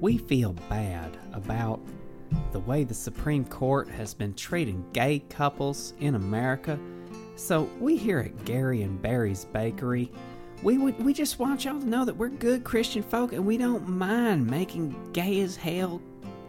we feel bad about the way the Supreme Court has been treating gay couples in America. So we here at Gary and Barry's Bakery, we would we just want y'all to know that we're good Christian folk and we don't mind making gay as hell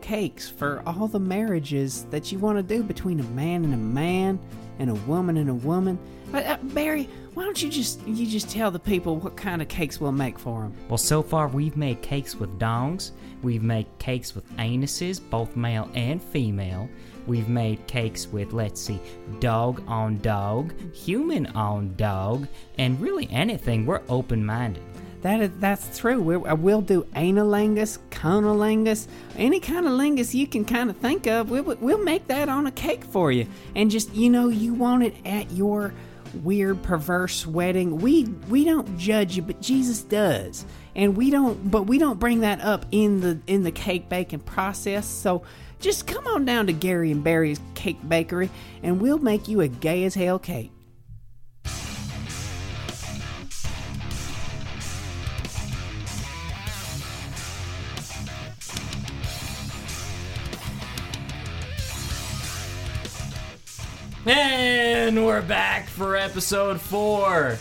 cakes for all the marriages that you want to do between a man and a man and a woman and a woman. But uh, Barry, why don't you just you just tell the people what kind of cakes we'll make for them? Well, so far we've made cakes with dongs, we've made cakes with anuses, both male and female. We've made cakes with, let's see, dog on dog, human on dog, and really anything. We're open minded. That is, that's true. We're, uh, we'll do analingus, conolingus, any kind of lingus you can kind of think of. We'll, we'll make that on a cake for you. And just, you know, you want it at your weird, perverse wedding. We we don't judge you, but Jesus does. And we don't, but we don't bring that up in the in the cake baking process. So just come on down to Gary and Barry's Cake Bakery, and we'll make you a gay as hell cake. And we're back for episode four.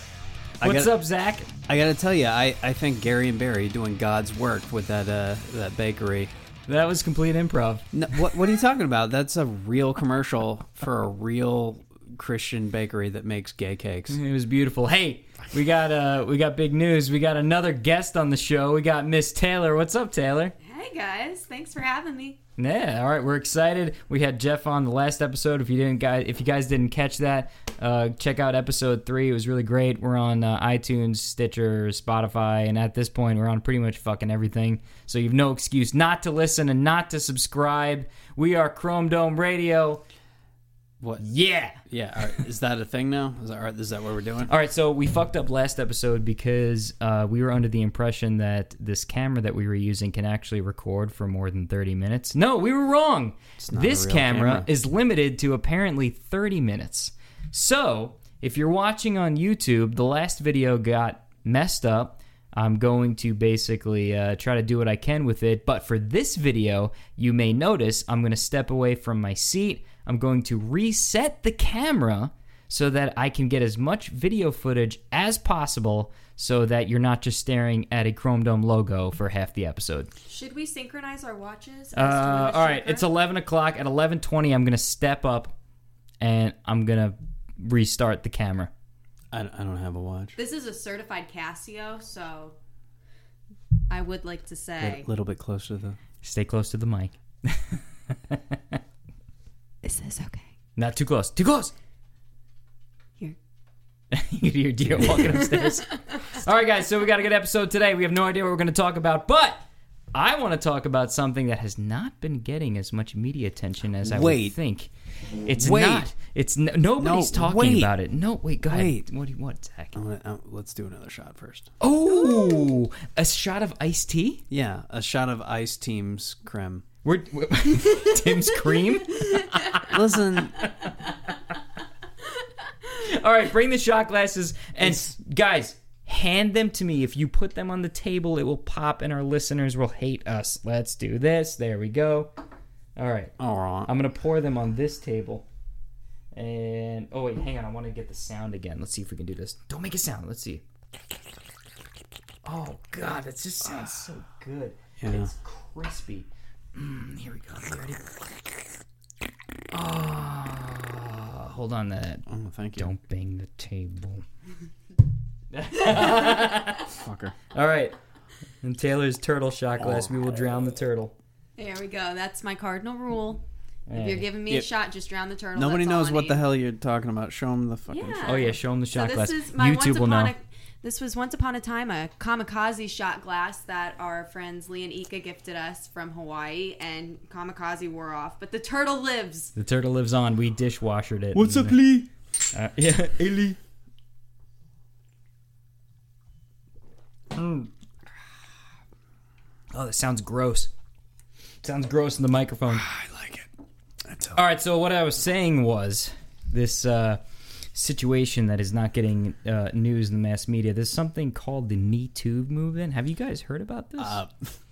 I What's gotta- up, Zach? I gotta tell you, I, I think Gary and Barry doing God's work with that uh, that bakery. That was complete improv. No, what what are you talking about? That's a real commercial for a real Christian bakery that makes gay cakes. It was beautiful. Hey, we got uh we got big news. We got another guest on the show. We got Miss Taylor. What's up, Taylor? Hey guys, thanks for having me. Yeah, all right, we're excited. We had Jeff on the last episode. If you didn't guys if you guys didn't catch that, uh check out episode 3. It was really great. We're on uh, iTunes, Stitcher, Spotify, and at this point we're on pretty much fucking everything. So you've no excuse not to listen and not to subscribe. We are Chrome Dome Radio. What? Yeah. Yeah, all right. is that a thing now? Is that all right, is that what we're doing? All right, so we fucked up last episode because uh, we were under the impression that this camera that we were using can actually record for more than 30 minutes. No, we were wrong. not a This real camera, camera. is limited to apparently 30 minutes. So, if you're watching on YouTube, the last video got messed up. I'm going to basically uh, try to do what I can with it. But for this video, you may notice I'm going to step away from my seat. I'm going to reset the camera so that I can get as much video footage as possible so that you're not just staring at a Chrome Dome logo for half the episode. Should we synchronize our watches? Uh, all right, it's 11 o'clock. At 11.20, I'm going to step up and I'm going to restart the camera. I, I don't have a watch. This is a certified Casio, so I would like to A say. little bit closer to the. Stay close to the mic. Is this okay? Not too close. Too close. Here. you hear deer walking upstairs. All right, guys. So we got a good episode today. We have no idea what we're going to talk about, but I want to talk about something that has not been getting as much media attention as I Wait. would think. It's Wait. not. It's n- nobody's No, talking wait. about it. No, wait. Go Wait. ahead. What do you want, Zach? I'm gonna, uh, let's do another shot first. Oh, a shot of iced tea. Yeah, a shot of Ice Team's creme. We're, Tim's cream. Listen, All right, bring the shot glasses and guys, hand them to me. If you put them on the table, it will pop and our listeners will hate us. Let's do this. There we go. All right. all right. I'm going to pour them on this table. And oh wait, hang on. I want to get the sound again. Let's see if we can do this. Don't make a sound. Let's see. Oh god, that just sounds so good. Yeah. It's crispy. Mm, here we go. You ready? Oh, hold on to that. Oh, thank you, Don't bang the table. fucker. All right. And Taylor's turtle shot glass. We will Oh. drown the turtle. There we go. That's my cardinal rule. If you're giving me Yeah. a shot, just drown the turtle. Nobody That's all knows I what the need. hell you're talking about. Show them the fucking. Yeah. Oh yeah, show him the shot So glass. this is my once YouTube will upon know. a. This was once upon a time a kamikaze shot glass that our friends Lee and Ika gifted us from Hawaii, and kamikaze wore off, but the turtle lives. The turtle lives on. We dishwashered it. and- Lee? Uh, yeah, Eli. Oh, that sounds gross. Sounds gross in the microphone. I like it. That's all. All right, so what I was saying was this uh, situation that is not getting uh, news in the mass media. There's something called the Me Too movement. Have you guys heard about this? Uh,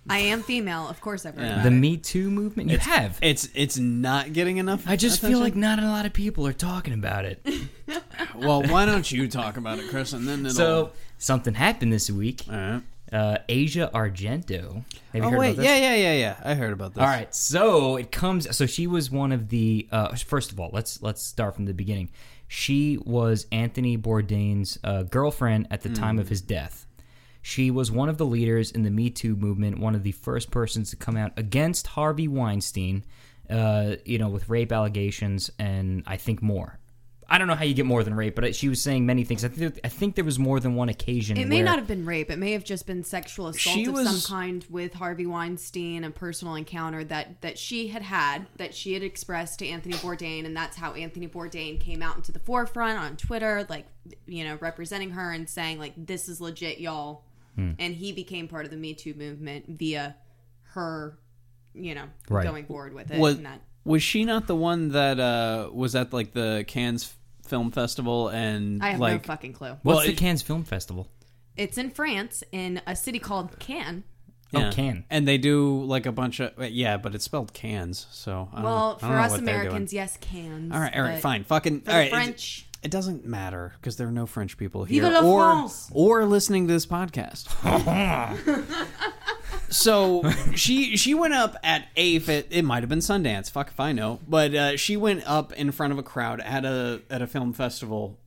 I am female, of course. I've heard Yeah. about the it. Me Too movement. You have. it's it's not getting enough. I just feel like attention? not a lot of people are talking about it. Well, why don't you talk about it, Chris, and then it'll. so something happened this week. All right. Uh, Asia Argento. Have you Oh heard wait, about this? yeah, yeah, yeah, yeah. I heard about this. All right, so it comes. So she was one of the. Uh, first of all, let's let's start from the beginning. She was Anthony Bourdain's uh, girlfriend at the time Hmm. of his death. She was one of the leaders in the Me Too movement, one of the first persons to come out against Harvey Weinstein, uh, you know, with rape allegations and I think more. I don't know how you get more than rape, but she was saying many things. I think I think there was more than one occasion. It may where- not have been rape. It may have just been sexual assault She of was- some kind with Harvey Weinstein, a personal encounter that that she had had that she had expressed to Anthony Bourdain, and that's how Anthony Bourdain came out into the forefront on Twitter, like you know, representing her and saying like, "This is legit, y'all," Hmm. and he became part of the Me Too movement via her, you know, Right. going forward with it. Was and that was she not the one that uh, was at like the Cannes Film Festival and I have like no fucking clue. What's Well, the it- Cannes Film Festival? It's in France, in a city called Cannes. Oh, Cannes. and they do like a bunch of yeah, but it's spelled cans. So I don't, Oh, I Well, don't for know us what they're doing. Americans, yes, Cannes. All right, all right, but fine, fucking For all the right. it- French. It doesn't matter because there are no French people here, Vive la or France! or listening to this podcast. so she she went up at AFE. It, it might have been Sundance. Fuck if I know. But uh, she went up in front of a crowd at a at a film festival,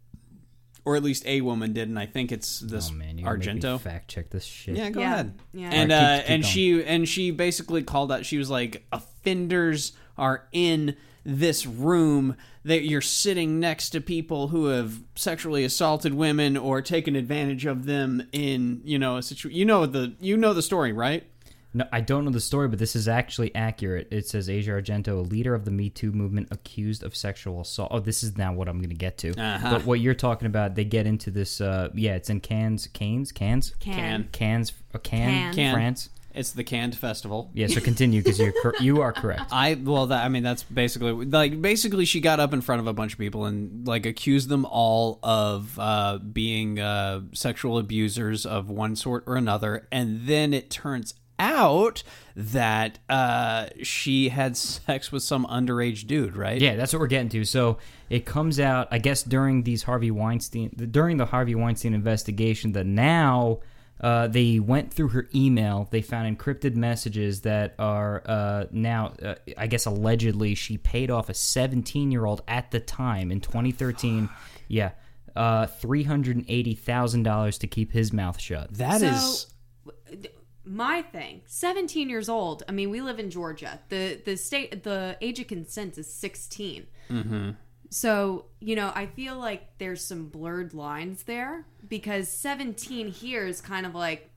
or at least a woman did, and I think it's this Oh man, you Argento. fact check this shit. Yeah, go Yeah, ahead. yeah. And All right, uh, keep- keep and going. she and she basically called out. She was like, "Offenders are in this room. That you're sitting next to people who have sexually assaulted women or taken advantage of them in you know a situation. You know the you know the story, right? No, I don't know the story, but this is actually accurate. It says Asia Argento, a leader of the Me Too movement, accused of sexual assault. Oh, this is now what I'm going to get to. Uh-huh. But what you're talking about, they get into this. Uh, yeah, it's in Cannes, Cannes, Cannes, Cannes. Cannes, uh, Cannes, Cannes. France. It's the Cannes Festival. Yeah, so continue because you're cor- you are correct. I well, that, I mean, that's basically like basically she got up in front of a bunch of people and like accused them all of uh, being uh, sexual abusers of one sort or another, and then it turns out that uh, she had sex with some underage dude, right? Yeah, that's what we're getting to. So it comes out, I guess, during these Harvey Weinstein, during the Harvey Weinstein investigation, that now uh, they went through her email. They found encrypted messages that are uh, now, uh, I guess, allegedly she paid off a 17 year old at the time in 2013. Yeah. Uh, three hundred and eighty thousand dollars to keep his mouth shut. that is. my thing 17 years old i mean we live in georgia the the state the age of consent is 16 mm-hmm. so you know i feel like there's some blurred lines there because 17 here is kind of like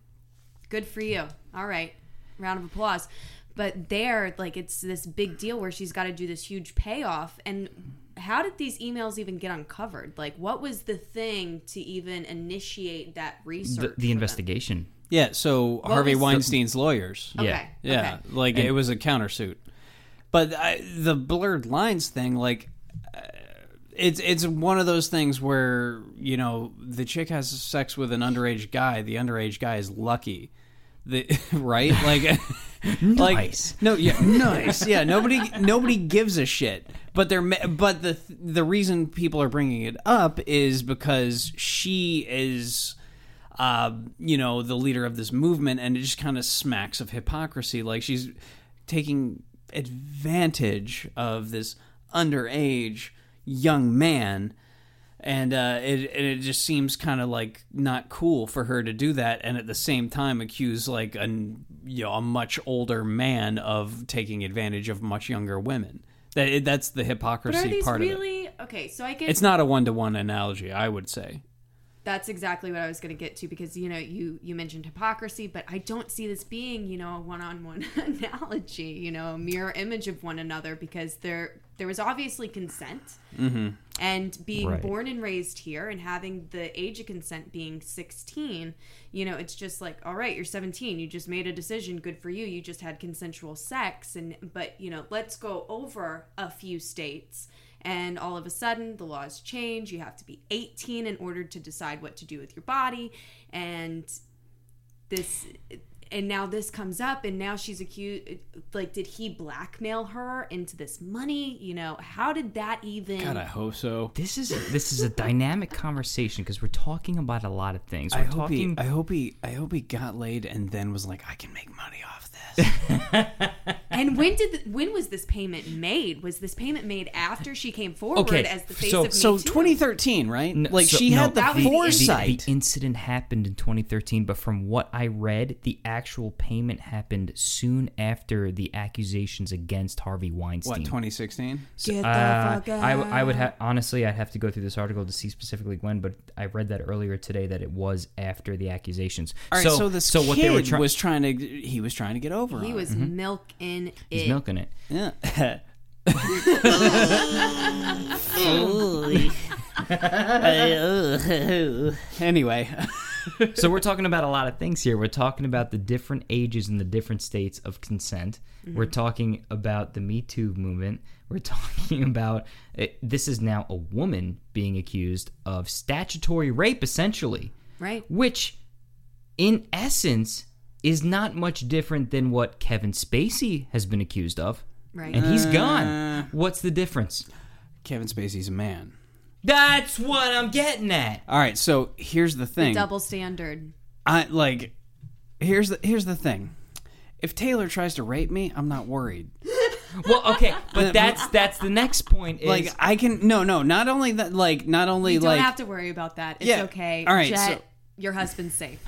good for you all right round of applause but there like it's this big deal where she's got to do this huge payoff and how did these emails even get uncovered like what was the thing to even initiate that The, research the for them? investigation. Yeah, so Harvey was the- Weinstein's lawyers. Yeah. Okay, Yeah, okay. like it was a countersuit. But I, the blurred lines thing, like uh, it's it's one of those things where you know the chick has sex with an underage guy. The underage guy is lucky, the right? Like, like Nice. no, yeah, nice, yeah. Nobody nobody gives a shit. But they're ma- but the the reason people are bringing it up is because she is uh, you know, the leader of this movement, and it just kind of smacks of hypocrisy. Like she's taking advantage of this underage young man, and uh, it and it just seems kind of like not cool for her to do that, and at the same time accuse like a you know a much older man of taking advantage of much younger women. That that's the hypocrisy But are these part of it. really okay? So I get It's not a one to one analogy, I would say. that's exactly what I was going to get to because you know you you mentioned hypocrisy, but I don't see this being you know a one-on-one analogy, you know, a mirror image of one another because there there was obviously consent and being Right. born and raised here and having the age of consent being 16 you know it's just like all right you're 17 you just made a decision good for you you just had consensual sex and but you know let's go over a few states And all of a sudden, the laws change. You have to be 18 in order to decide what to do with your body. And this, and now this comes up, and now she's accused. Like, did he blackmail her into this money? You know, how did that even? God, I hope so. This is this is a dynamic conversation because we're talking about a lot of things. We're I hope talking he, I hope he, I hope he got laid and then was like, I can make money off this. And when did the, when was this payment made? Was this payment made after she came forward Okay, as the face so- of Me so Too? 2013, right? No, like so- she had no, That the was the- foresight. The, the incident happened in 2013, but from what I read, the actual payment happened soon after the accusations against Harvey what Weinstein. 2016? Get the Uh, fuck I, w- I would out. ha- honestly, I'd have to go through this article to see specifically when, but I read that earlier today that it was after the accusations. All right, so, this so kid what they were trying was trying to he was trying to get over. He on was milking it. mm-hmm. he's milking it. it. Yeah. anyway, so we're talking about a lot of things here. We're talking about the different ages and the different states of consent. We're talking about the Me Too movement. We're talking about it, this is now a woman being accused of statutory rape, essentially, right. which in essence is not much different than what Kevin Spacey has been accused of. Right. And he's gone. What's the difference? Kevin Spacey's a man. That's what I'm getting at. All right, so here's the thing. Double standard. I like here's the here's the thing. If Taylor tries to rape me, I'm not worried. Well, okay, but that's that's the next point is Like I can no no not only that like not only You don't like have to worry about that. It's Yeah. okay. All right, Jet, so- your husband's safe.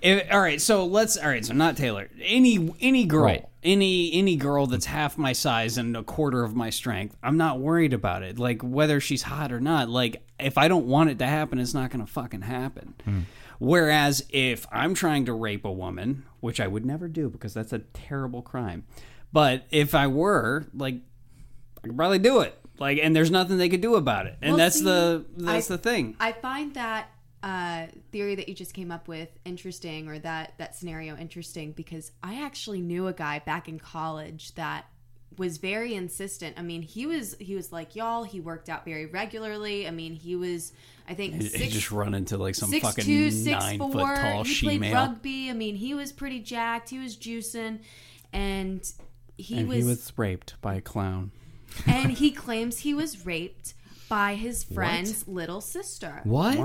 If- all right, so let's. All right, so not Taylor. Any any girl, Right. any any girl that's half my size and a quarter of my strength, I'm not worried about it. Like whether she's hot or not. Like if I don't want it to happen, it's not going to fucking happen. Whereas if I'm trying to rape a woman, which I would never do because that's a terrible crime, but if I were, like, I could probably do it. Like, and there's nothing they could do about it. And Well, that's see, the that's I- the thing. I find that uh, theory that you just came up with interesting, or that that scenario interesting, because I actually knew a guy back in college that was very insistent. I mean, he was he was like y'all. He worked out very regularly. I mean, he was I think you six just run into like some six fucking two, six nine four. foot tall He she played male. rugby. I mean, he was pretty jacked. He was juicing, and he and was, he was raped by a clown. and he claims he was raped by his friend's little sister. What?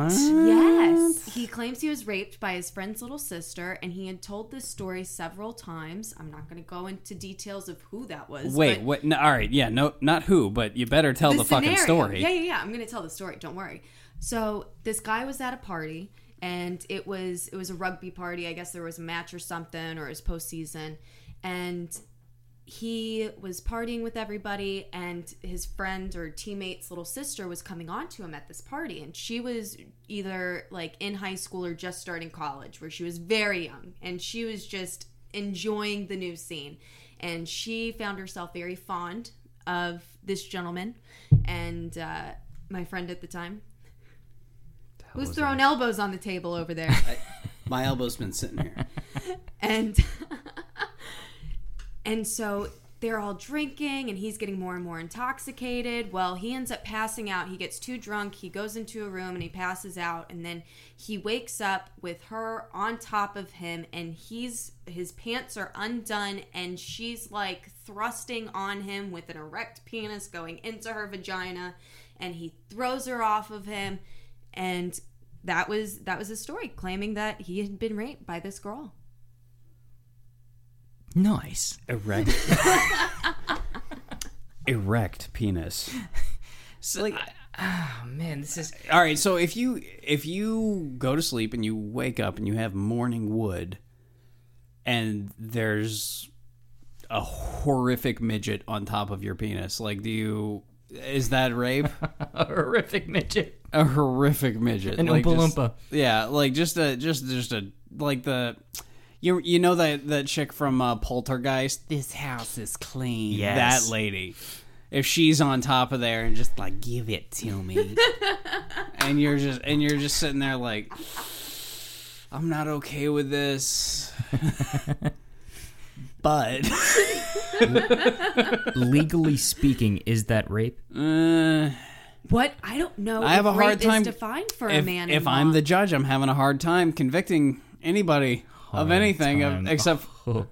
Yes. He claims he was raped by his friend's little sister, and he had told this story several times. I'm not going to go into details of who that was. Wait, but what? No, all right, yeah, no, not who, but you better tell the, fucking scenario- story. Yeah, yeah, yeah. I'm going to tell the story. Don't worry. So this guy was at a party, and it was it was a rugby party. I guess there was a match or something, or it was postseason, and he was partying with everybody and his friend or teammate's little sister was coming on to him at this party and she was either like in high school or just starting college where she was very young and she was just enjoying the new scene and she found herself very fond of this gentleman and uh, my friend at the time who's throwing elbows on the table over there My elbow's been sitting here. and and so they're all drinking and he's getting more and more intoxicated well he ends up passing out he gets too drunk he goes into a room and he passes out and then he wakes up with her on top of him and he's his pants are undone and she's like thrusting on him with an erect penis going into her vagina and he throws her off of him and that was that was his story claiming that he had been raped by this girl Nice. Erect. Erect penis. So, I- oh, man, this is All right, so if you if you go to sleep and you wake up and you have morning wood, and there's a horrific midget on top of your penis, like do you? Is that rape? a horrific midget. a horrific midget. An like Oompa just- Loompa. Yeah, like just a just just a like the you you know that that chick from uh, Poltergeist. This house is clean. Yes. That lady. If she's on top of there and just like give it to me, and you're just and you're just sitting there like, I'm not okay with this. But legally speaking, is that rape? uh, What I don't know. I have if a hard rape time is defined for if, a man. if in I'm law. the judge, I'm having a hard time convicting anybody of anything of, time. except Oh,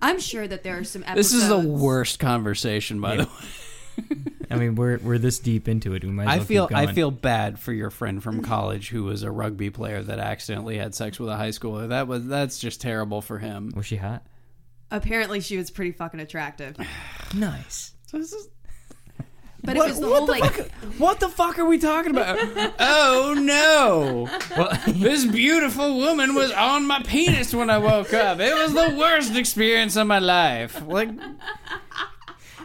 I'm sure that there are some. Episodes. this is the worst conversation. By the way, I mean, we're we're this deep into it. We might. As I well feel Keep going. I feel bad for your friend from college who was a rugby player that accidentally had sex with a high schooler. That was that's just terrible for him. Was she hot? Apparently, she was pretty fucking attractive. Nice. So this is- But what, it was the what whole like. fuck, what the fuck are we talking about? oh no. Well, This beautiful woman was on my penis when I woke up. It was the worst experience of my life. Like,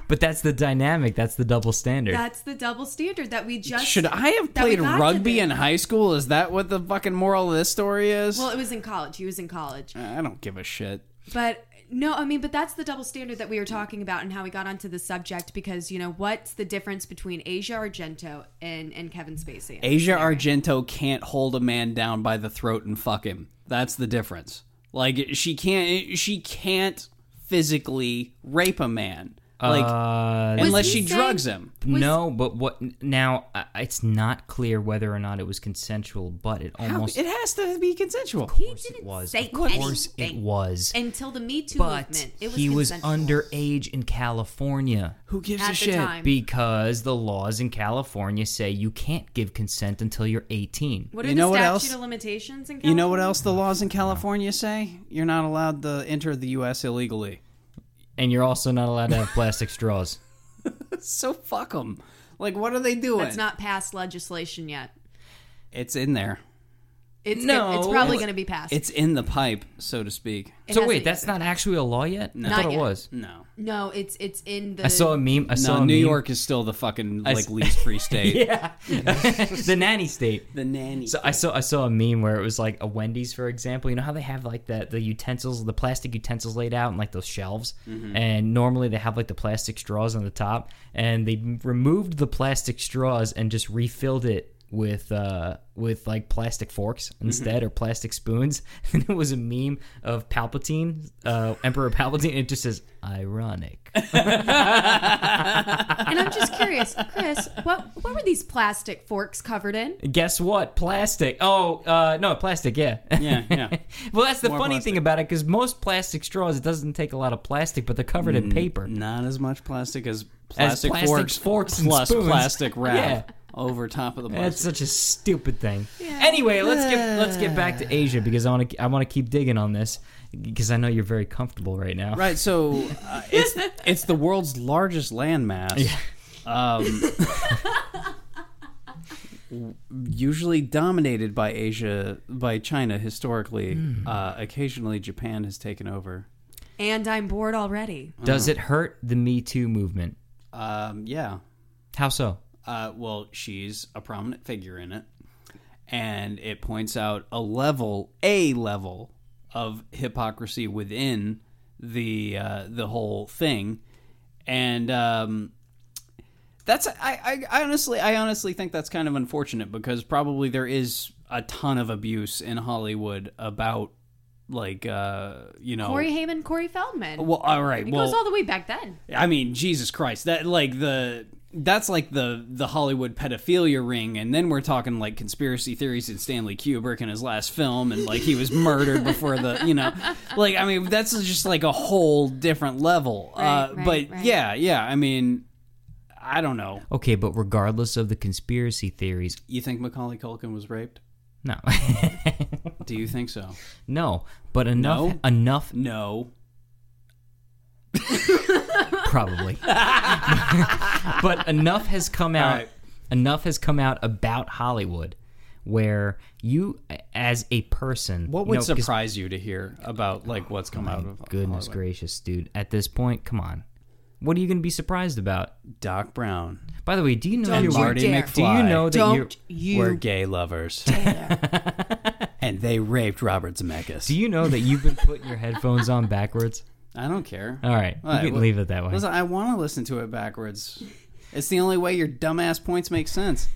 but that's the dynamic. That's the double standard. That's the double standard that we just should I have that we played got to rugby this. in high school? Is that what the fucking moral of this story is? Well, it was in college. He was in college. I don't give a shit. But no, I mean, but that's the double standard that we were talking about and how we got onto the subject because, you know, what's the difference between Asia Argento and, and Kevin Spacey? Asia Argento can't hold a man down by the throat and fuck him. That's the difference. Like she can't she can't physically rape a man. Like uh, unless Was she he saying- drugs him. was- no, but what now? I- It's not clear whether or not it was consensual, but it How- almost it has to be consensual. he didn't was. say Of course, it anything was. until the Me Too But movement. It was he was consensual underage in California. Who gives at a the shit? time. Because the laws in California say you can't give consent until you're 18. what are You the know what statute else? of limitations? In You know what else the laws in California say? You're not allowed to enter the U.S. illegally. And you're also not allowed to have plastic straws. So fuck them. Like, what are they doing? That's not passed legislation yet. it's in there. It's No, gonna- it's probably it's- going to be passed. It's in the pipe, so to speak. It so hasn't wait, yet that's been- not actually a law yet? I Not thought it yet. was. No. No, it's it's in the I saw a meme. I saw No, a New meme. York is still the fucking like s- least free state. Yeah, the nanny state. The nanny. So I saw I saw a meme where it was like a Wendy's, for example. You know how they have like the the utensils, the plastic utensils laid out, and like those shelves. And normally they have like the plastic straws on the top, and they removed the plastic straws and just refilled it with uh with like plastic forks instead or plastic spoons and it was a meme of palpatine uh emperor palpatine it just says ironic and I'm just curious, Chris, what what were these plastic forks covered in? guess what plastic oh uh no plastic yeah yeah, yeah. well, that's the More funny plastic. thing about it, because most plastic straws, it doesn't take a lot of plastic, but they're covered Mm, in paper. Not as much plastic as As plastic, plastic forks, forks and plus spoons. plastic wrap Yeah. over top of the That's plastic. such a stupid thing. Anyway, let's get let's get back to Asia because I want to I want to keep digging on this because I know you're very comfortable right now. Right. So uh, it's it's the world's largest landmass. Um, usually dominated by Asia, by China historically. Uh, occasionally, Japan has taken over. And I'm bored already. Does it hurt the Me Too movement? Um, yeah. How so? Uh, well, she's a prominent figure in it, and it points out a level, a level of hypocrisy within the uh, the whole thing, and um, that's I, I, I honestly I honestly think that's kind of unfortunate because probably there is a ton of abuse in Hollywood about like uh, you Oh. know Corey Heyman, Corey Feldman. well all right it well goes all the way back then. I mean, Jesus Christ, that like the that's like the the Hollywood pedophilia ring, and then we're talking like conspiracy theories and Stanley Kubrick in his last film, and like he was murdered before the you know, like I mean that's just like a whole different level. uh, right, but right. yeah, yeah, I mean, I don't know. Okay, but regardless of the conspiracy theories, You think Macaulay Culkin was raped? no, Do you think so? no. But enough No? enough No. probably. but enough has come out. right. Enough has come out about Hollywood, where you, as a person, What you would know, 'cause- surprise you to hear about like what's come out of uh, Goodness Hollywood? gracious, dude! At this point, come on. What are you going to be surprised about? Doc Brown By the way, do you know Don't you're and Marty you dare. McFly? Do you know that you're? Don't you We're gay lovers. and they raped Robert Zemeckis. Do you know that you've been putting your headphones on backwards? I don't care. All right, All right, you can well, leave it that way. Listen, I want to listen to it backwards. It's the only way your dumbass points make sense.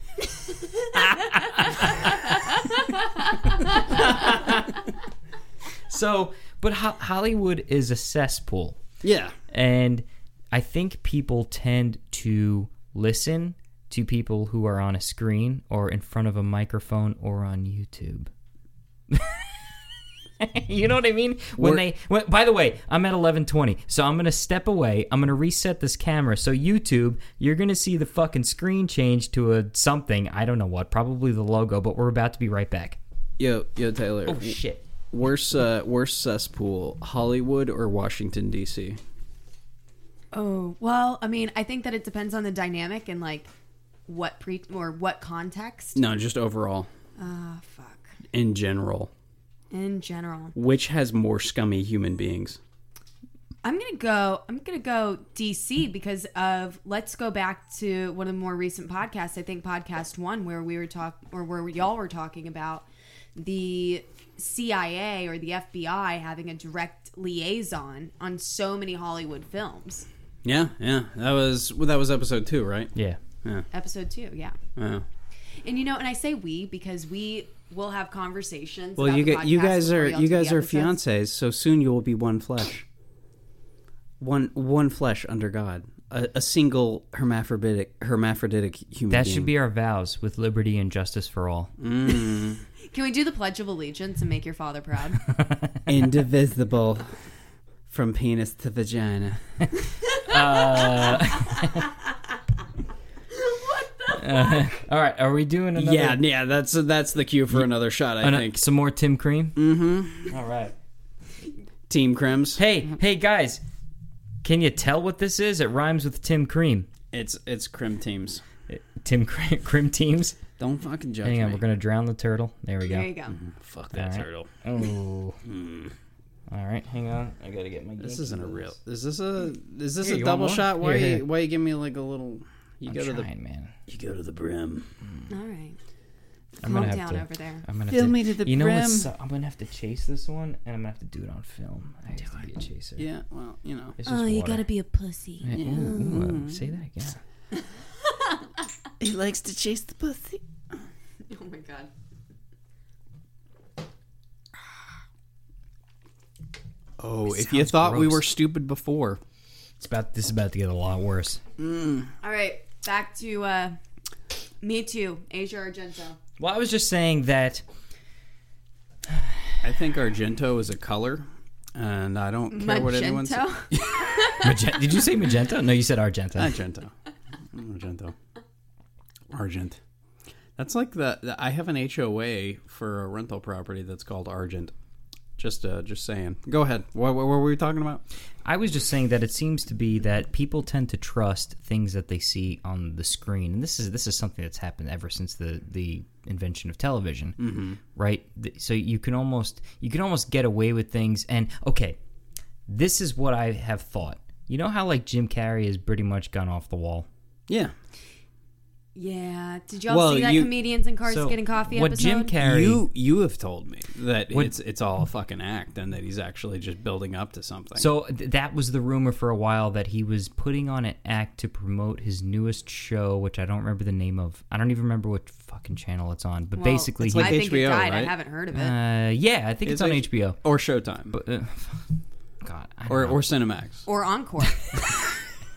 So, But ho- Hollywood is a cesspool. Yeah. And I think people tend to listen to people who are on a screen or in front of a microphone or on YouTube. you know what I mean? When We're- they when, by the way, I'm at 11:20. So I'm going to step away. I'm going to reset this camera. So YouTube, you're going to see the fucking screen change to a something, I don't know what, probably the logo, but we're about to be right back. Yo, yo, Taylor. Oh shit. Worse, uh, worse cesspool, Hollywood or Washington D.C. Oh well, I mean, I think that it depends on the dynamic and like what pre or what context. No, just overall, Ah, fuck. in general, In general, which has more scummy human beings? I'm gonna go. I'm gonna go DC because of. Let's go back to one of the more recent podcasts. I think podcast one where we were talk or where y'all were talking about the CIA or the FBI having a direct liaison on so many Hollywood films. Yeah, yeah. That was well, that was episode two, right? Yeah. Episode two, yeah. Yeah. And you know, and I say we because we will have conversations. Well, about you the get you podcast guys before are y'all you do the guys are episodes. fiancés, so soon you will be one flesh. One one flesh under God, a, a single hermaphroditic hermaphroditic human. That being. should be our vows with liberty and justice for all. Can we do the Pledge of Allegiance and make your father proud? indivisible from penis to vagina. All right, are we doing another Yeah, yeah. That's that's the cue for another shot. I an- think. some more Tim Cream? Mm-hmm. All right. Team Crims. Hey, hey guys, can you tell what this is? It rhymes with Tim Cream. Eh, It's it's Crim teams. Tim Cream, Cream teams. Don't fucking judge Hang on, me. we're gonna drown the turtle. There we there you go. go. Fuck that Alright. turtle. Oh. All right, hang on. I gotta get my. This isn't a real. Is this a is this Here, a you want double more? shot? Why Here, you here. why you give me like a little? You I'm go to the trying, man. you go to the brim. All right. I'm Calm gonna have down to- over there. I'm gonna Fill have to, me to the you know brim. What's, I'm gonna have to chase this one, and I'm gonna have to do it on film. I have to be a chaser. Yeah, well, you know. It's just water. Oh, be a pussy. Yeah, ooh, ooh, uh, say that again. He likes to chase the pussy. Oh my god. Oh, if you thought we gross. were stupid before, It's about this is about to get a lot worse. All right, back to uh, me too, Asia Argento. Well, I was just saying that I think Argento is a color, and I don't care what anyone says. Magento. Magen- Did you say magenta? No, you said argenta. Argento. Argento. Argent. That's like the, the- I have an HOA for a rental property that's called Argent. Just uh, just saying. Go ahead. What, what were we talking about? I was just saying that it seems to be that people tend to trust things that they see on the screen, and this is this is something that's happened ever since the the invention of television, mm-hmm. right? Th- So you can almost you can almost get away with things. And okay, this is what I have thought. You know how like Jim Carrey has pretty much gone off the wall. Yeah. yeah. Did y'all Well, see that you- comedians and cars getting coffee what episode? Jim Carrey? You you have told me that What- it's it's all a fucking act and that he's actually just building up to something. So th- that was the rumor for a while that he was putting on an act to promote his newest show, which I don't remember the name of. I don't even remember what fucking channel it's on, but Well, basically, it's he, like I think it HBO, died. I right? haven't heard of it. uh, yeah, I think it's, on like- HBO. or Showtime But, uh, God, I don't or know. or Cinemax. or Encore.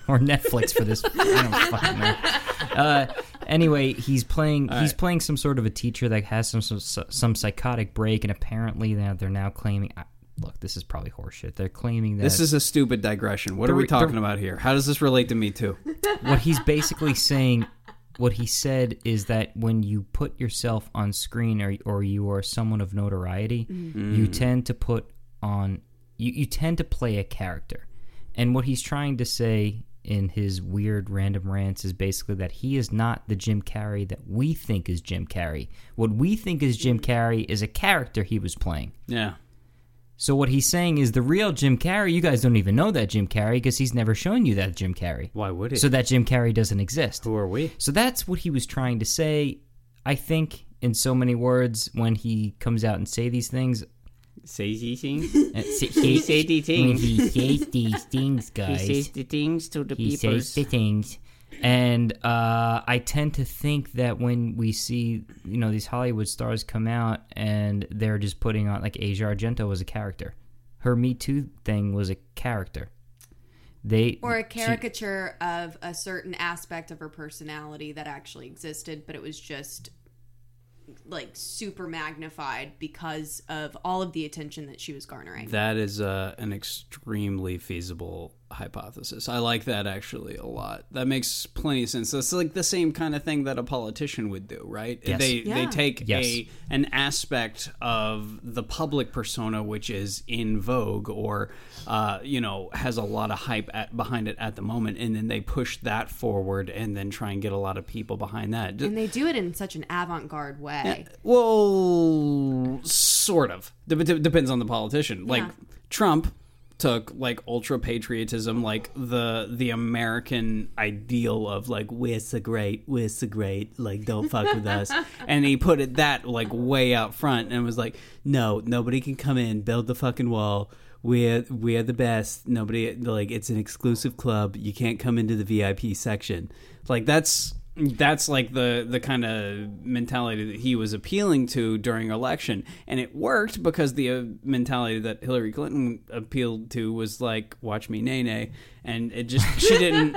or Netflix for this. I don't fucking know. Uh, anyway, he's playing. he's right. playing some sort of a teacher that has some some, some psychotic break, and apparently they're, they're now claiming. I, look, this is probably horseshit. They're claiming that This is a stupid digression. What are we re- the- talking about here? How does this relate to me too? what he's basically saying what he said is that when you put yourself on screen or, or you are someone of notoriety you tend to put on you, you tend to play a character and what he's trying to say in his weird random rants is basically that he is not the Jim Carrey that we think is Jim Carrey. What we think is Jim Carrey is a character he was playing. Yeah. So what he's saying is the real Jim Carrey, you guys don't even know that Jim Carrey because he's never shown you that Jim Carrey. Why would he? So that Jim Carrey doesn't exist. Who are we? So that's what he was trying to say, I think, in so many words when he comes out and say these things. Say these things. Uh, say- he say these when he says these things, guys. the things to the he says the things. And uh, I tend to think that when we see, you know, these Hollywood stars come out and they're just putting on, like Asia Argento was a character. her Me Too thing was a character. They Or a she- caricature of a certain aspect of her personality that actually existed, but it was just like super magnified because of all of the attention that she was garnering. That is uh, an extremely feasible hypothesis. I like that actually a lot. That makes plenty of sense. That's like the same kind of thing that a politician would do, right? Yes. They they Yeah. take Yes. a an aspect of the public persona which is in vogue or uh, you know has a lot of hype at, behind it at the moment, and then they push that forward and then try and get a lot of people behind that. and they do it in such an avant-garde way. Well, sort of. Dep- dep- depends on the politician. Like Yeah. Trump took like ultra patriotism, like the the American ideal of like we're so great, we're so great, like don't fuck with us, and he put it that like way out front and was like, no, nobody can come in, build the fucking wall. We're we're the best. Nobody like it's an exclusive club. You can't come into the VIP section. Like that's that's like the the kind of mentality that he was appealing to during election and it worked because the uh, mentality that Hillary Clinton appealed to was like watch me nay nay and it just she didn't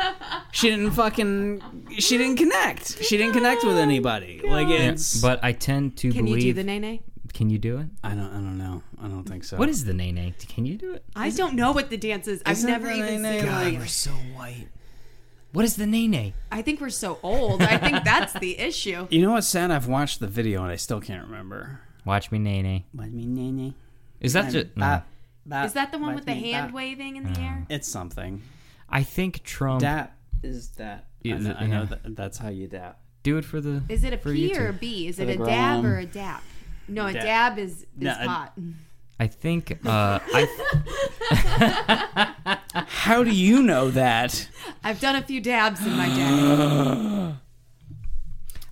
she didn't fucking she didn't connect she didn't connect with anybody like it's But I tend to Can believe. you do the nay-nay? Can you do it? I don't I don't know I don't think so What is the nay nay? Can you do it? I don't know what the dance is. I've Isn't never the even nay-nay seen like- it. We're so white. What is the nay nay? I think we're so old. I think that's the issue. you know what's sad I've watched the video and I still can't remember Watch me nay nay. watch me nay nay Is that Um, just? Is that the one with the hand waving in the air? it's something I think Trump. That is that. Yeah, I know, th- I know yeah. that, that's how you dab. do it for the. Is it a for P YouTube. or a B? Is it the a girl, dab um, or a dap? No, a dab. dab is, is No, a- hot. I think. Uh, I. How do you know that? I've done a few dabs in my day.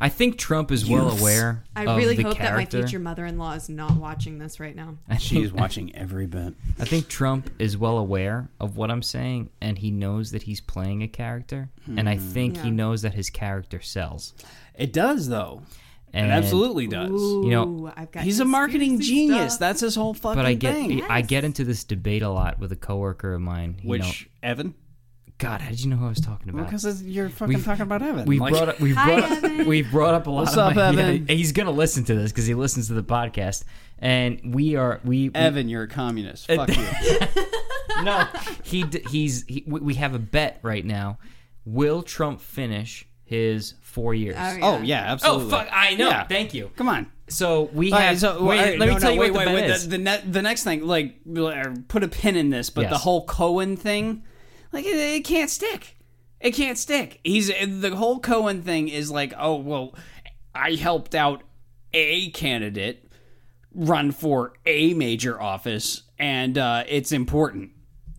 I think Trump is well aware. I of really the hope that character. my future mother-in-law is not watching this right now. I think, She's watching every bit. I think Trump is well aware of what I'm saying, and he knows that he's playing a character, and Hmm. I think he Yeah. knows that his character sells. It does though. And It absolutely does. Ooh, know, I've got He's a marketing conspiracy genius. stuff. That's his whole fucking But I get thing. I get into this debate a lot with a coworker of mine. You know, Which Evan? God, how did you know who I was talking about? Because it's- you're fucking Uh, We've- talking about Evan. We've Like, brought up, we've Hi, brought up, Evan. we've brought up a lot. What's of up, my- Evan? Yeah, he's gonna listen to this because he listens to the podcast, and we are we. we- Evan, you're a communist. Fuck you. no, he d- he's he, we we have a bet right now. Will Trump finish his four years? Oh, yeah. Oh yeah, absolutely. Oh fuck! I know. Yeah. Thank you. Come on. So we All have. right, so wait, all right, let no, me tell no, you wait, what wait, the, wait, bet is. the, the, ne- the next thing, like, put a pin in this, but the Yes. whole Cohen thing, like, it, it can't stick. It can't stick. He's the whole Cohen thing is like, oh well, I helped out a candidate run for a major office, and uh, it's important,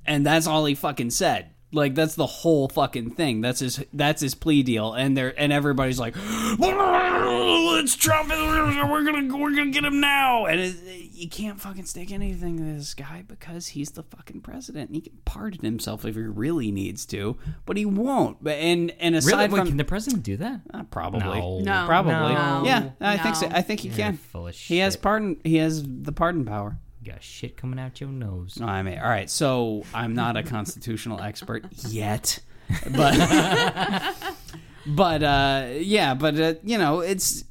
and that's all he fucking said. Like that's the whole fucking thing. That's his. That's his plea deal. And there. And everybody's like, "It's Trump. We're gonna. We're gonna get him now." And it, you can't fucking stick anything to this guy because he's the fucking president. And he can pardon himself if he really needs to, but he won't. But and and Really? aside Wait, from can the president do that? Uh, probably, No. probably, No. yeah. I think so. No. I think he You're can. full of He has shit. pardon. He has the pardon power. You got shit coming out your nose. No, I mean, all right. So I'm not a constitutional expert yet, but but uh, yeah, but uh, you know, it's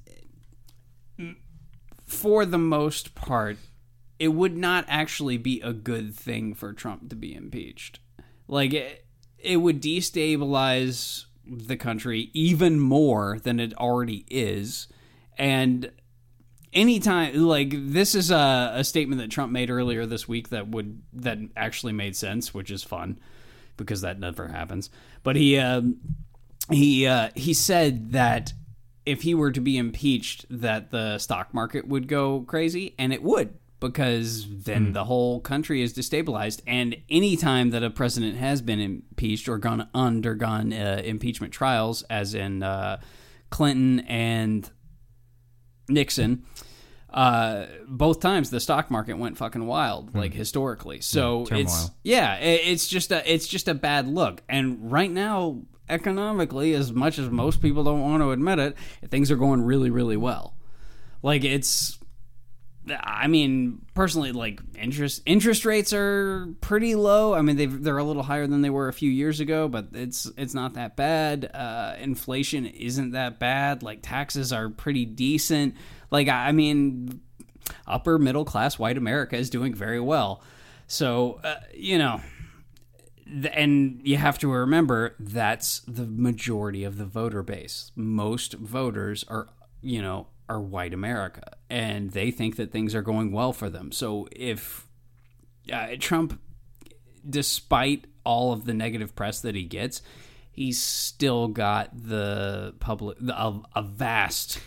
for the most part, it would not actually be a good thing for Trump to be impeached. Like it, it would destabilize the country even more than it already is, and anytime like this is a, a statement that trump made earlier this week that would that actually made sense which is fun because that never happens but he um he uh, he said that if he were to be impeached that the stock market would go crazy and it would because then the whole country is destabilized and any time that a president has been impeached or gone undergone uh, impeachment trials as in uh, Clinton and Nixon. Uh, both times the stock market went fucking wild, like historically. So turmoil. it's yeah, i- it's just a it's just a bad look. And right now, economically, as much as most people don't want to admit it, things are going really really well. Like it's I mean, personally, like interest interest rates are pretty low. I mean, they they're a little higher than they were a few years ago, but it's it's not that bad. Uh, inflation isn't that bad. Like taxes are pretty decent. Like I I mean, upper middle class white America is doing very well. So uh, you know, th- and you have to remember that's the majority of the voter base. Most voters are, you know, are white America, and they think that things are going well for them. So if uh, Trump, despite all of the negative press that he gets, he's still got the public, the, a, a vast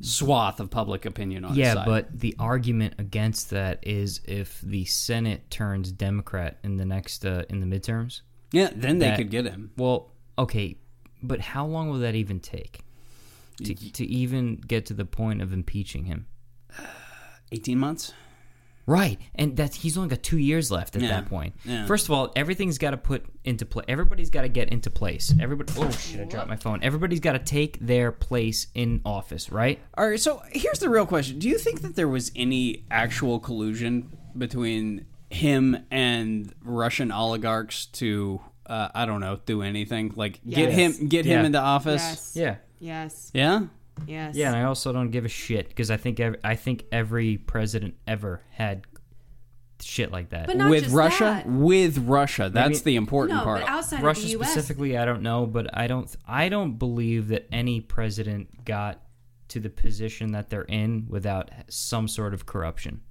swath of public opinion on his Yeah, side. but the argument against that is if the Senate turns Democrat in the next uh, in the midterms. yeah, then they that- could get him. Well, okay, but how long will that even take to, to even get to the point of impeaching him? 18 months? Right, and that's he's only got two years left at Yeah, that point. yeah. First of all, everything's got to put into place. Everybody's got to get into place. Everybody. Oh shit! I dropped my phone. Everybody's got to take their place in office. Right? All right, so here's the real question. Do you think that there was any actual collusion between him and Russian oligarchs to uh, I don't know, do anything? Like get Yes. him get Yeah. him into office? Yes. Yeah. Yes. Yeah? Yes. Yeah, and I also don't give a shit because I think ev- I think every president ever had shit like that. But not With just Russia? that. With Russia. That's the important No, part. but outside Russia of the U.S. specifically, I don't know, but I don't I don't believe that any president got to the position that they're in without some sort of corruption.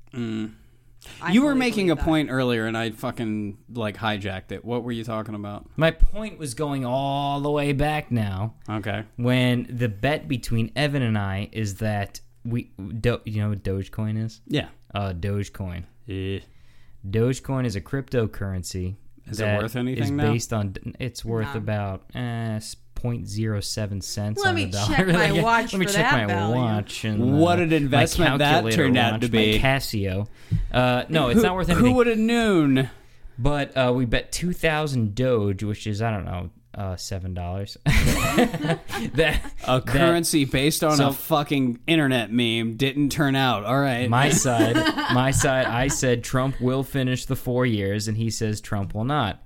I you were fully making a believe that. point earlier and I fucking like hijacked it. What were you talking about? My point was going all the way back now Okay. when the bet between Evan and I is that we do, you know what Dogecoin is? Yeah. Uh Dogecoin. Dogecoin is a cryptocurrency. Is it that worth anything is now? based on it's worth about uh, 0.07 cents. Let on me the dollar. check my Like, watch Let me for check that my value. watch and What uh, an my investment that calculator turned out watch, to my be. Casio. Uh, no, it's Who- not worth Who anything. would have known? but uh, we bet two thousand Doge, which is I don't know uh, seven dollars. that A that- currency based on So- a fucking internet meme didn't turn out. All right. My side, my side. I said Trump will finish the four years, and he says Trump will not.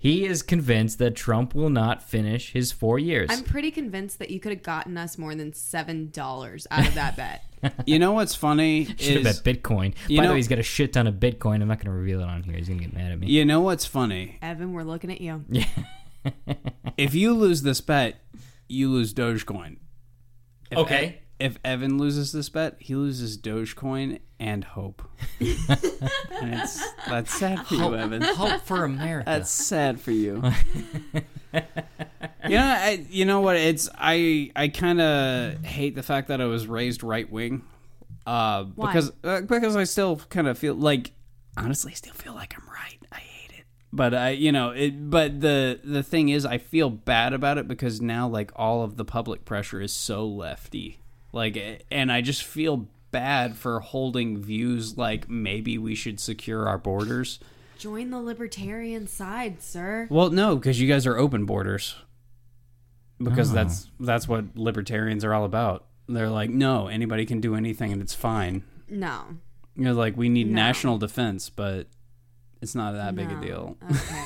He is convinced that Trump will not finish his four years. I'm pretty convinced that you could have gotten us more than seven dollars out of that bet. You know what's funny Should is have bet Bitcoin. By You the know- way, he's got a shit ton of Bitcoin. I'm not going to reveal it on here. He's going to get mad at me. you know what's funny. Evan, we're looking at you. If you lose this bet, you lose Dogecoin. If Okay. E- if Evan loses this bet, he loses Dogecoin and hope. and it's, that's sad for you, Evan. Hope for America. That's sad for you. you know, I, you know what? It's I. I kind of hate the fact that I was raised right wing, uh, Why? because uh, because I still kind of feel like, honestly, I still feel like I'm right. I hate it, but I, you know, it. But the the thing is, I feel bad about it because now, like, all of the public pressure is so lefty, like, eh, and I just feel bad for holding views like maybe we should secure our borders. Join the libertarian side, sir. Well, no, because you guys are open borders. Oh. Because that's that's what libertarians are all about. They're like, no, anybody can do anything and it's fine. No. You're like, we need No. national defense, but it's not that big a No. deal. Okay.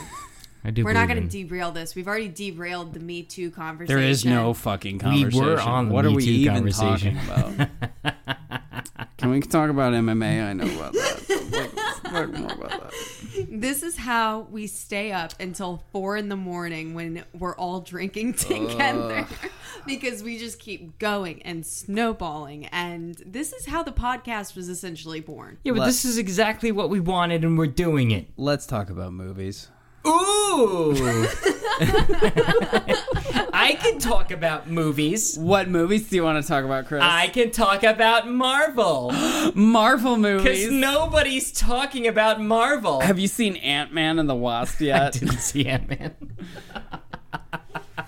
I do. We're not believe going in- to derail this. We've already derailed the Me Too conversation. There is no fucking We were conversation. on the what Me are we Too even conversation. talking about? can we talk about MMA? I know about that. Let's talk more about that. This is how we stay up until four in the morning when we're all drinking together because we just keep going and snowballing. And this is how the podcast was essentially born. Yeah, but Let- this is exactly what we wanted, and we're doing it. Let's talk about movies. Ooh. I can talk about movies. What movies do you want to talk about, Chris? I can talk about Marvel. Marvel Because movies. nobody's talking about Marvel. Have you seen Ant Man and the Wasp yet? I didn't see Ant Man.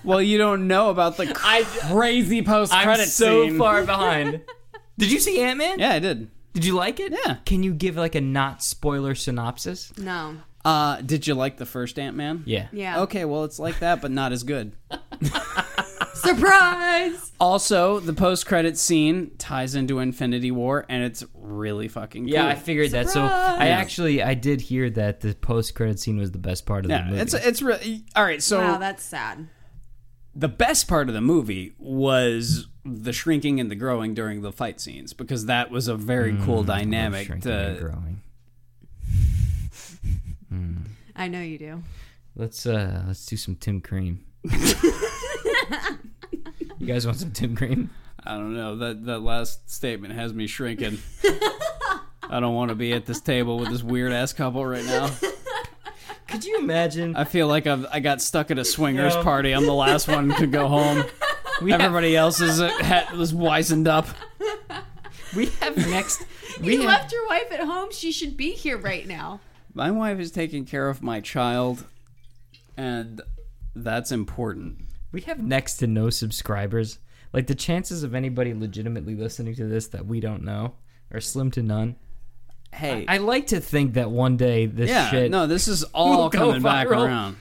Well, you don't know about the I- crazy post I'm credit so scene. far behind. Did you see Ant Man? Yeah, I did. Did you like it? Yeah. Can you give like a not spoiler synopsis? No. Uh, did you like the first Ant Man? Yeah. Yeah. Okay, well, it's like that, but not as good. Surprise! Also, the post-credit scene ties into Infinity War, and it's really fucking Yeah, cool. I figured that. So I actually I did hear that the post credit scene was the best part of the yeah, movie. it's it's really all right. So wow, that's sad. the best part of the movie was the shrinking and the growing during the fight scenes because that was a very cool dynamic. Mm, Shrinking and To, growing. I know you do. Let's uh let's do some Tim Cream. you guys want some Tim Cream? I don't know that that last statement has me shrinking. I don't want to be at this table with this weird ass couple right now. Could you imagine? I feel like I've, I got stuck at a swingers No. party. I'm the last one to go home. we, have, Everybody else is uh, was wizened up. we have next. We You have, left your wife at home. She should be here right now. My wife is taking care of my child, and that's important. we have next to no subscribers. Like the chances of anybody legitimately listening to this that we don't know are slim to none. Hey, I like to think that one day this yeah, shit no, this is all will go coming back viral. around.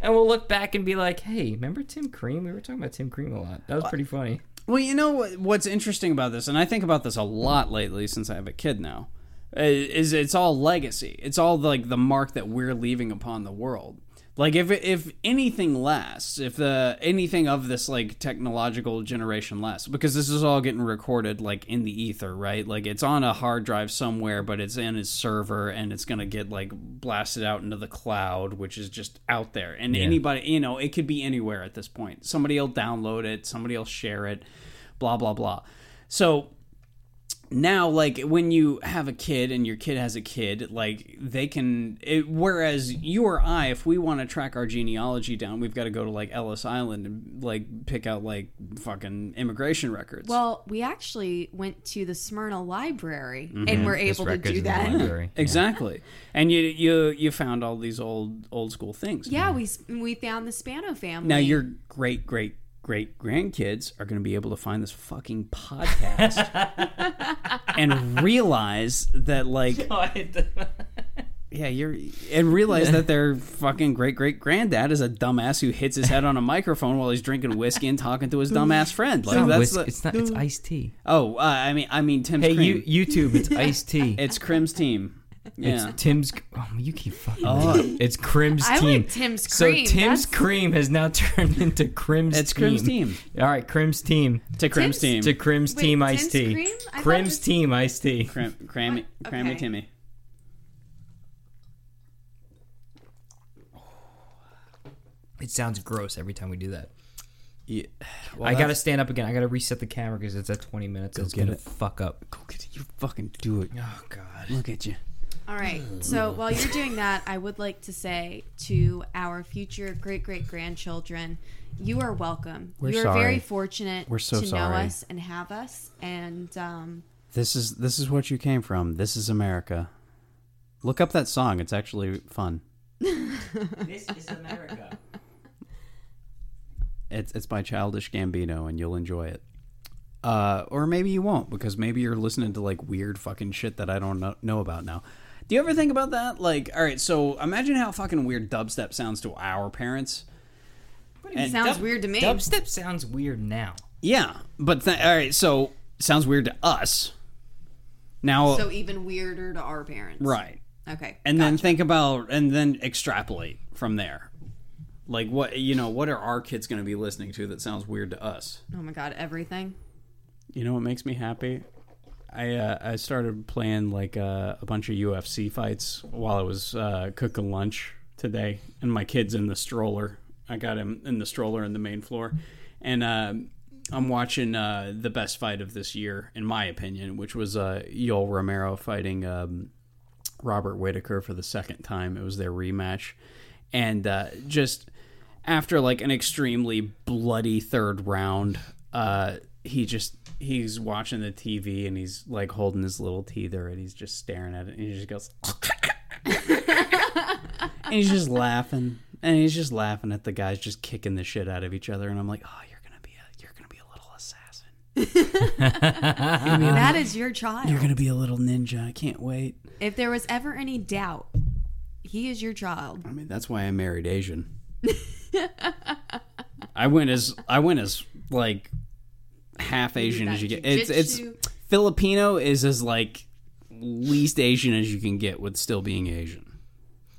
and we'll look back and be like, "Hey, remember Tim Cream? We were talking about Tim Cream a lot. That was pretty funny." Well, you know what- what's interesting about this, and I think about this a lot lately since I have a kid now, i- is it's all legacy. It's all like the mark that we're leaving upon the world. Like if if anything lasts, if the anything of this like technological generation lasts, because this is all getting recorded like in the ether, right? Like it's on a hard drive somewhere, but it's in its server, and it's gonna get like blasted out into the cloud, which is just out there. And anybody, you know, it could be anywhere at this point. Somebody will download it, somebody will share it, blah blah blah. So now like when you have a kid and your kid has a kid like they can it, whereas you or i if we want to track our genealogy down we've got to go to like ellis island and like pick out like fucking immigration records Well, we actually went to the Smyrna Library Mm-hmm. and were able to do that. exactly and you you you found all these old old school things Yeah, we s- we found the Spano family. now your great great great grandkids are going to be able to find this fucking podcast and realize that like Yeah, you're and realize that their fucking great great granddad is a dumbass who hits his head on a microphone while he's drinking whiskey and talking to his dumbass friend. Like that's the- it's not. It's iced tea. oh, uh, I mean, I mean Tim's Hey, cream. you, YouTube, it's iced tea. it's Crim's team. Yeah, It's Tim's. Oh, you keep fucking. Oh, it's Crim's I team. like Tim's So cream. Tim's That's- cream has now turned into Crim's. It's team. Crim's team. All right, Crim's team to Crim's team. Tim's- to Crim's Wait, team Tim's iced tea. cream? I thought Crim's this- team iced tea. Crim, crammy, crammy Okay. Timmy. It sounds gross every time we do that. Yeah. I gotta stand up again. I gotta reset the camera because it's at 20 minutes. it's get gonna it. fuck up. you fucking do it. Oh god. Look at you. All right. So while you're doing that, I would like to say to our future great great grandchildren, you are welcome. We're you are sorry. very fortunate We're so to sorry. know us and have us. And um, This is this is what you came from. This is America. Look up that song. It's actually fun. This is America. It's it's by Childish Gambino, and you'll enjoy it. Uh, or maybe you won't, because maybe you're listening to like weird fucking shit that I don't know, know about now. Do you ever think about that? Like, all right, so imagine how fucking weird dubstep sounds to our parents. it sounds weird to me. Dubstep sounds weird now. Yeah, but th- all right, so sounds weird to us. Now, So even weirder to our parents. right, Okay. and then think about and then extrapolate from there. Like, what you know, what are our kids going to be listening to that sounds weird to us? oh my God, everything. You know what makes me happy? I uh, I started playing like uh, a bunch of UFC fights while I was uh, cooking lunch today, and my kid's in the stroller. I got him in the stroller in the main floor, and uh, I'm watching uh, the best fight of this year, in my opinion, which was uh, Yoel Romero fighting um, Robert Whitaker for the second time. It was their rematch, and uh, just after like an extremely bloody third round, uh, he just he's watching the TV and he's like holding his little teether and he's just staring at it and he just goes, and he's just laughing and he's just laughing at the guys just kicking the shit out of each other and I'm like, oh, you're gonna be a you're gonna be a little assassin, that is your child. you're gonna be a little ninja. I can't wait. If there was ever any doubt, he is your child. I mean, that's why I married Asian. I went as I went as like half Asian that as you get. It's it's jujitsu. Filipino is as like least Asian as you can get with still being Asian.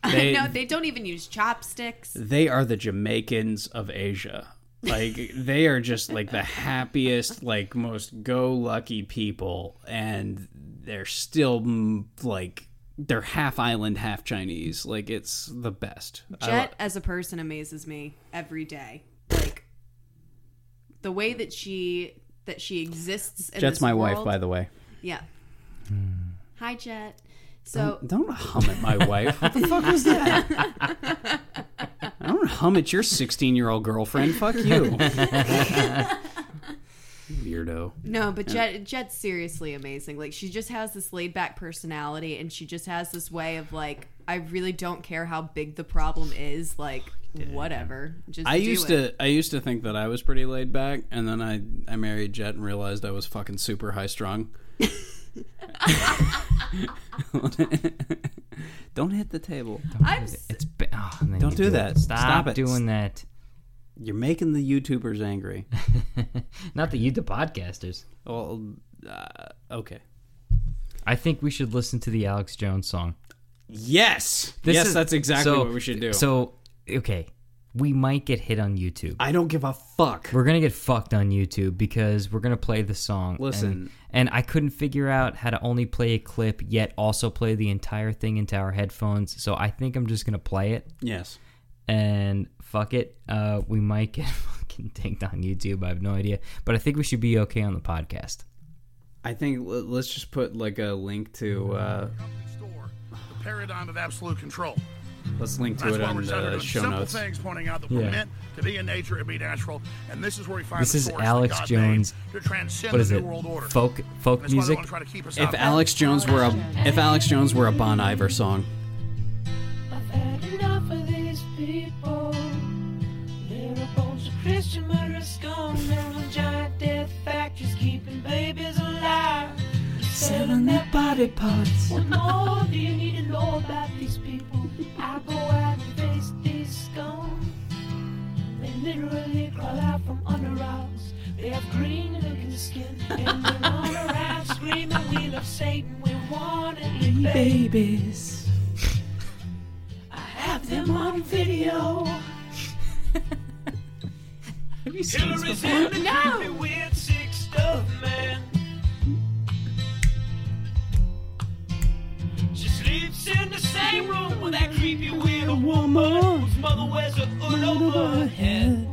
They no, they don't even use chopsticks. they are the Jamaicans of Asia. Like they are just like the happiest, like most go lucky people, and they're still mm, like they're half island, half Chinese. Like it's the best. I lo- Jet as a person amazes me every day. Like the way that she that she exists. In Jet's this my wife, world. by the way. Yeah. Hi, Jet. So Don't hum at my wife. What the fuck "Ah, was that? I don't hum at your 16 year old girlfriend. Fuck you. Weirdo. no, but Jet Jet's seriously amazing. Like she just has this laid back personality, and she just has this way of like, I really don't care how big the problem is. Like whatever, just I do used it. to I used to think that I was pretty laid back, and then I I married Jet and realized I was fucking super high strung. don't hit the table. I'm s- It's ba- oh, and then Don't you do it. that. Stop, Stop it. doing that. You're making the YouTubers angry. Not the you, the podcasters. Well, uh, okay. I think we should listen to the Alex Jones song. Yes. This yes, is- that's exactly so- what we should do. So, okay, we might get hit on YouTube. I don't give a fuck. we're gonna get fucked on YouTube because we're gonna play the song. Listen. and, and I couldn't figure out how to only play a clip yet also play the entire thing into our headphones. So I think I'm just gonna play it Yes. and fuck it. Uh, we might get fucking tanked on YouTube. I have no idea, but I think we should be okay on the podcast. I think l- let's just put like a link to uh, Store, the paradigm of absolute control. let's link to That's it why on we're centered the on show simple notes. things, pointing out that Yeah. we're meant to be in nature and be natural. And this is where we find This the is source that Alex God Jones. made to transcend What is the it? new world order. Folk folk That's why they music. want to try to keep us If out. Alex Jones were a if Alex Jones were a Bon Iver song, I've had enough of these people. Little bones of Christian murderers, scum, mineral giant death factories, keeping babies alive, selling their body parts. What more do you need to know about these people? I go out and face these scum. They literally crawl out from under rocks. They have green looking skin, and they run around screaming, "We love Satan, we want to eat babies." I have them on video. Hillary's in the no. with sick stuff, man. She sleeps in the same room with that creepy weirdo woman whose mother wears a hood over her head.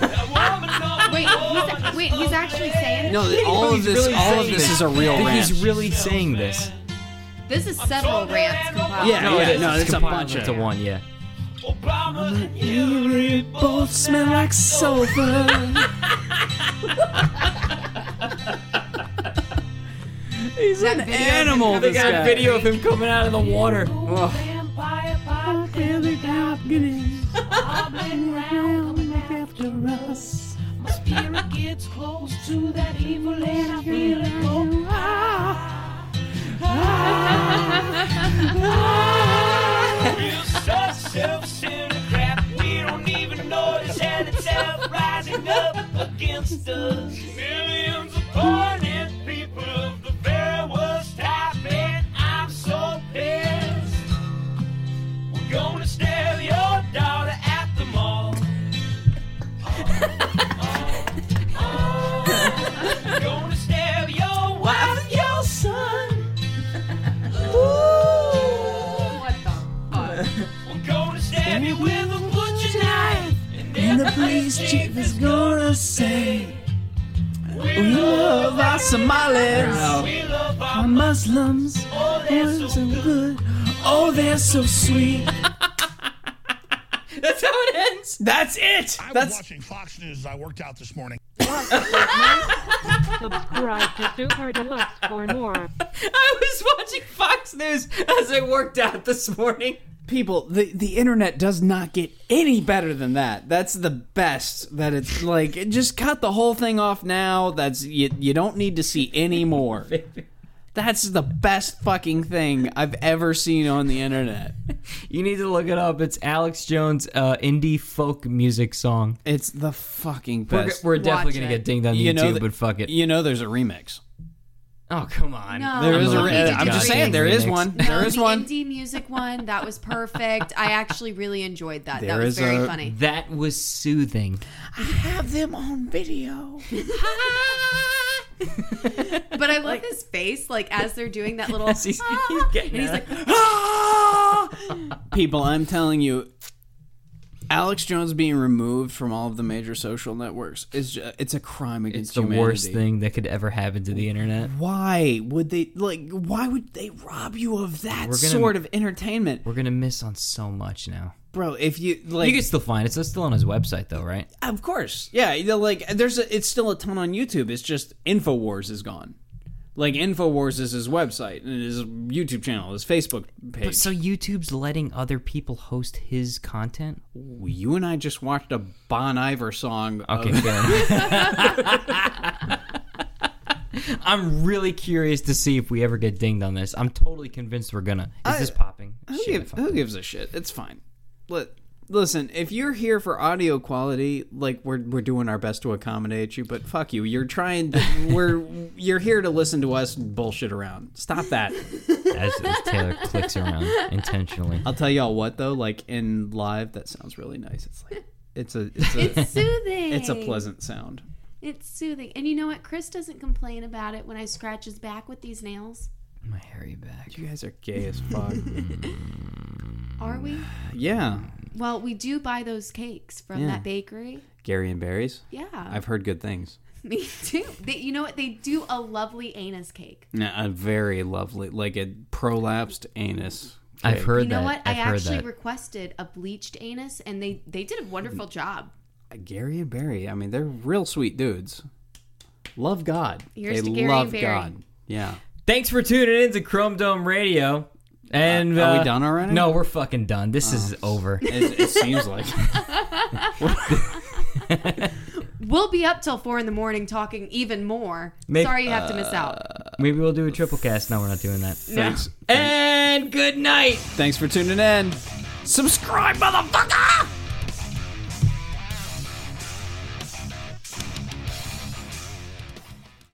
That woman's on the wait. wall He's, and wait, he's actually saying no, all of this all of this is a real rant. He's really saying this. this is several rants compiled. Yeah, No, yeah, it is. no, it's a compiled bunch of- into one. Yeah. Obama and Hillary both smell like Silver. He's an animal, They this got guy. video of him coming out of the water. Vampire Really Hobbling round, coming after us. My spirit gets close to that evil and I feel it go. Ah, ah, ah. You such self-centered crap. We don't even notice that it's out rising up against us. Millions upon it, people of the very worst type, and I'm so pissed. We're gonna steal your daughter at the mall. We're gonna steal your wife and your son. Ooh. What the fuck? We're gonna stab you with a butcher knife. And the police chief is gonna say, We ah." love our Somalis. We love our Muslims. Oh, they're so good. Oh, they're so sweet. That's how it ends. That's it. I was That's watching Fox News as I worked out this morning. subscribe to Super Deluxe for more. I was watching Fox News as I worked out this morning. people. The the internet does not get any better than that. That's the best. That it's like it just cut the whole thing off now. That's you. You don't need to see any more. That's the best fucking thing I've ever seen on the internet. You need to look it up. It's Alex Jones' uh, indie folk music song. It's the fucking We're, best. we're definitely Watch gonna it. get dinged on you YouTube, know, that- but fuck it. You know, there's a remix. Oh come on. No. There I'm is a. not Re- gonna do I'm just that. saying, there is Remix. one. No, There is the one. indie music one that was perfect. I actually really enjoyed that. There that is was very a- funny. That was soothing. Have them on video. But I love his face, like as they're doing that little. "Ah, As he's- he's getting and he's it. like, People, I'm telling you, Alex Jones being removed from all of the major social networks is ju- it's a crime against It's the humanity. worst thing that could ever happen to the internet. Why would they like? Why would they rob you of that We're gonna- sort of entertainment, We're gonna miss on so much now. bro? If you like, you can still find it. It's still on his website though, right? Of course, yeah. you know, Like, there's a, it's still a ton on YouTube. It's just Infowars is gone. Like Infowars is his website and his YouTube channel, his Facebook page. So YouTube's letting other people host his content. you and I just watched a Bon Iver song. of- Okay, good. I'm really curious to see if we ever get dinged on this. I'm totally convinced we're gonna. Is this popping? who, Shit, I give, fucked who up. gives a shit? It's fine. Li- listen, if you're here for audio quality, like we're we're doing our best to accommodate you, but fuck you. You're trying. To, we're you're here to listen to us bullshit around. Stop that. As, as Taylor clicks around intentionally. I'll tell y'all what though. Like in live, that sounds really nice. It's like it's a it's a it's soothing. It's a pleasant sound. It's soothing. And you know what? Chris doesn't complain about it when I scratch his back with these nails. My hairy back. You guys are gay as fuck. Are we? Mm. yeah. Well, we do buy those cakes from Yeah. that bakery. Gary and Barry's. Yeah. I've heard good things. Me too. They, you know what? They do a lovely anus cake. Yeah, a very lovely, like a prolapsed anus. I've cake. heard You know that. what? I've I heard actually that. requested a bleached anus, and they they did a wonderful Mm. job. Gary and Barry. I mean, they're real sweet dudes. Love God. Here's they to Gary and love Barry. God. Yeah. Thanks for tuning in to Chrome Dome Radio. And Uh, are we uh, done already? Oh. No, we're fucking done. This is over. It, it seems like. We'll be up till four in the morning talking even more. Make- Sorry you have to miss out. Maybe we'll do a triple cast. No, we're not doing that. No. Thanks. And good night. Thanks for tuning in. Subscribe, motherfucker.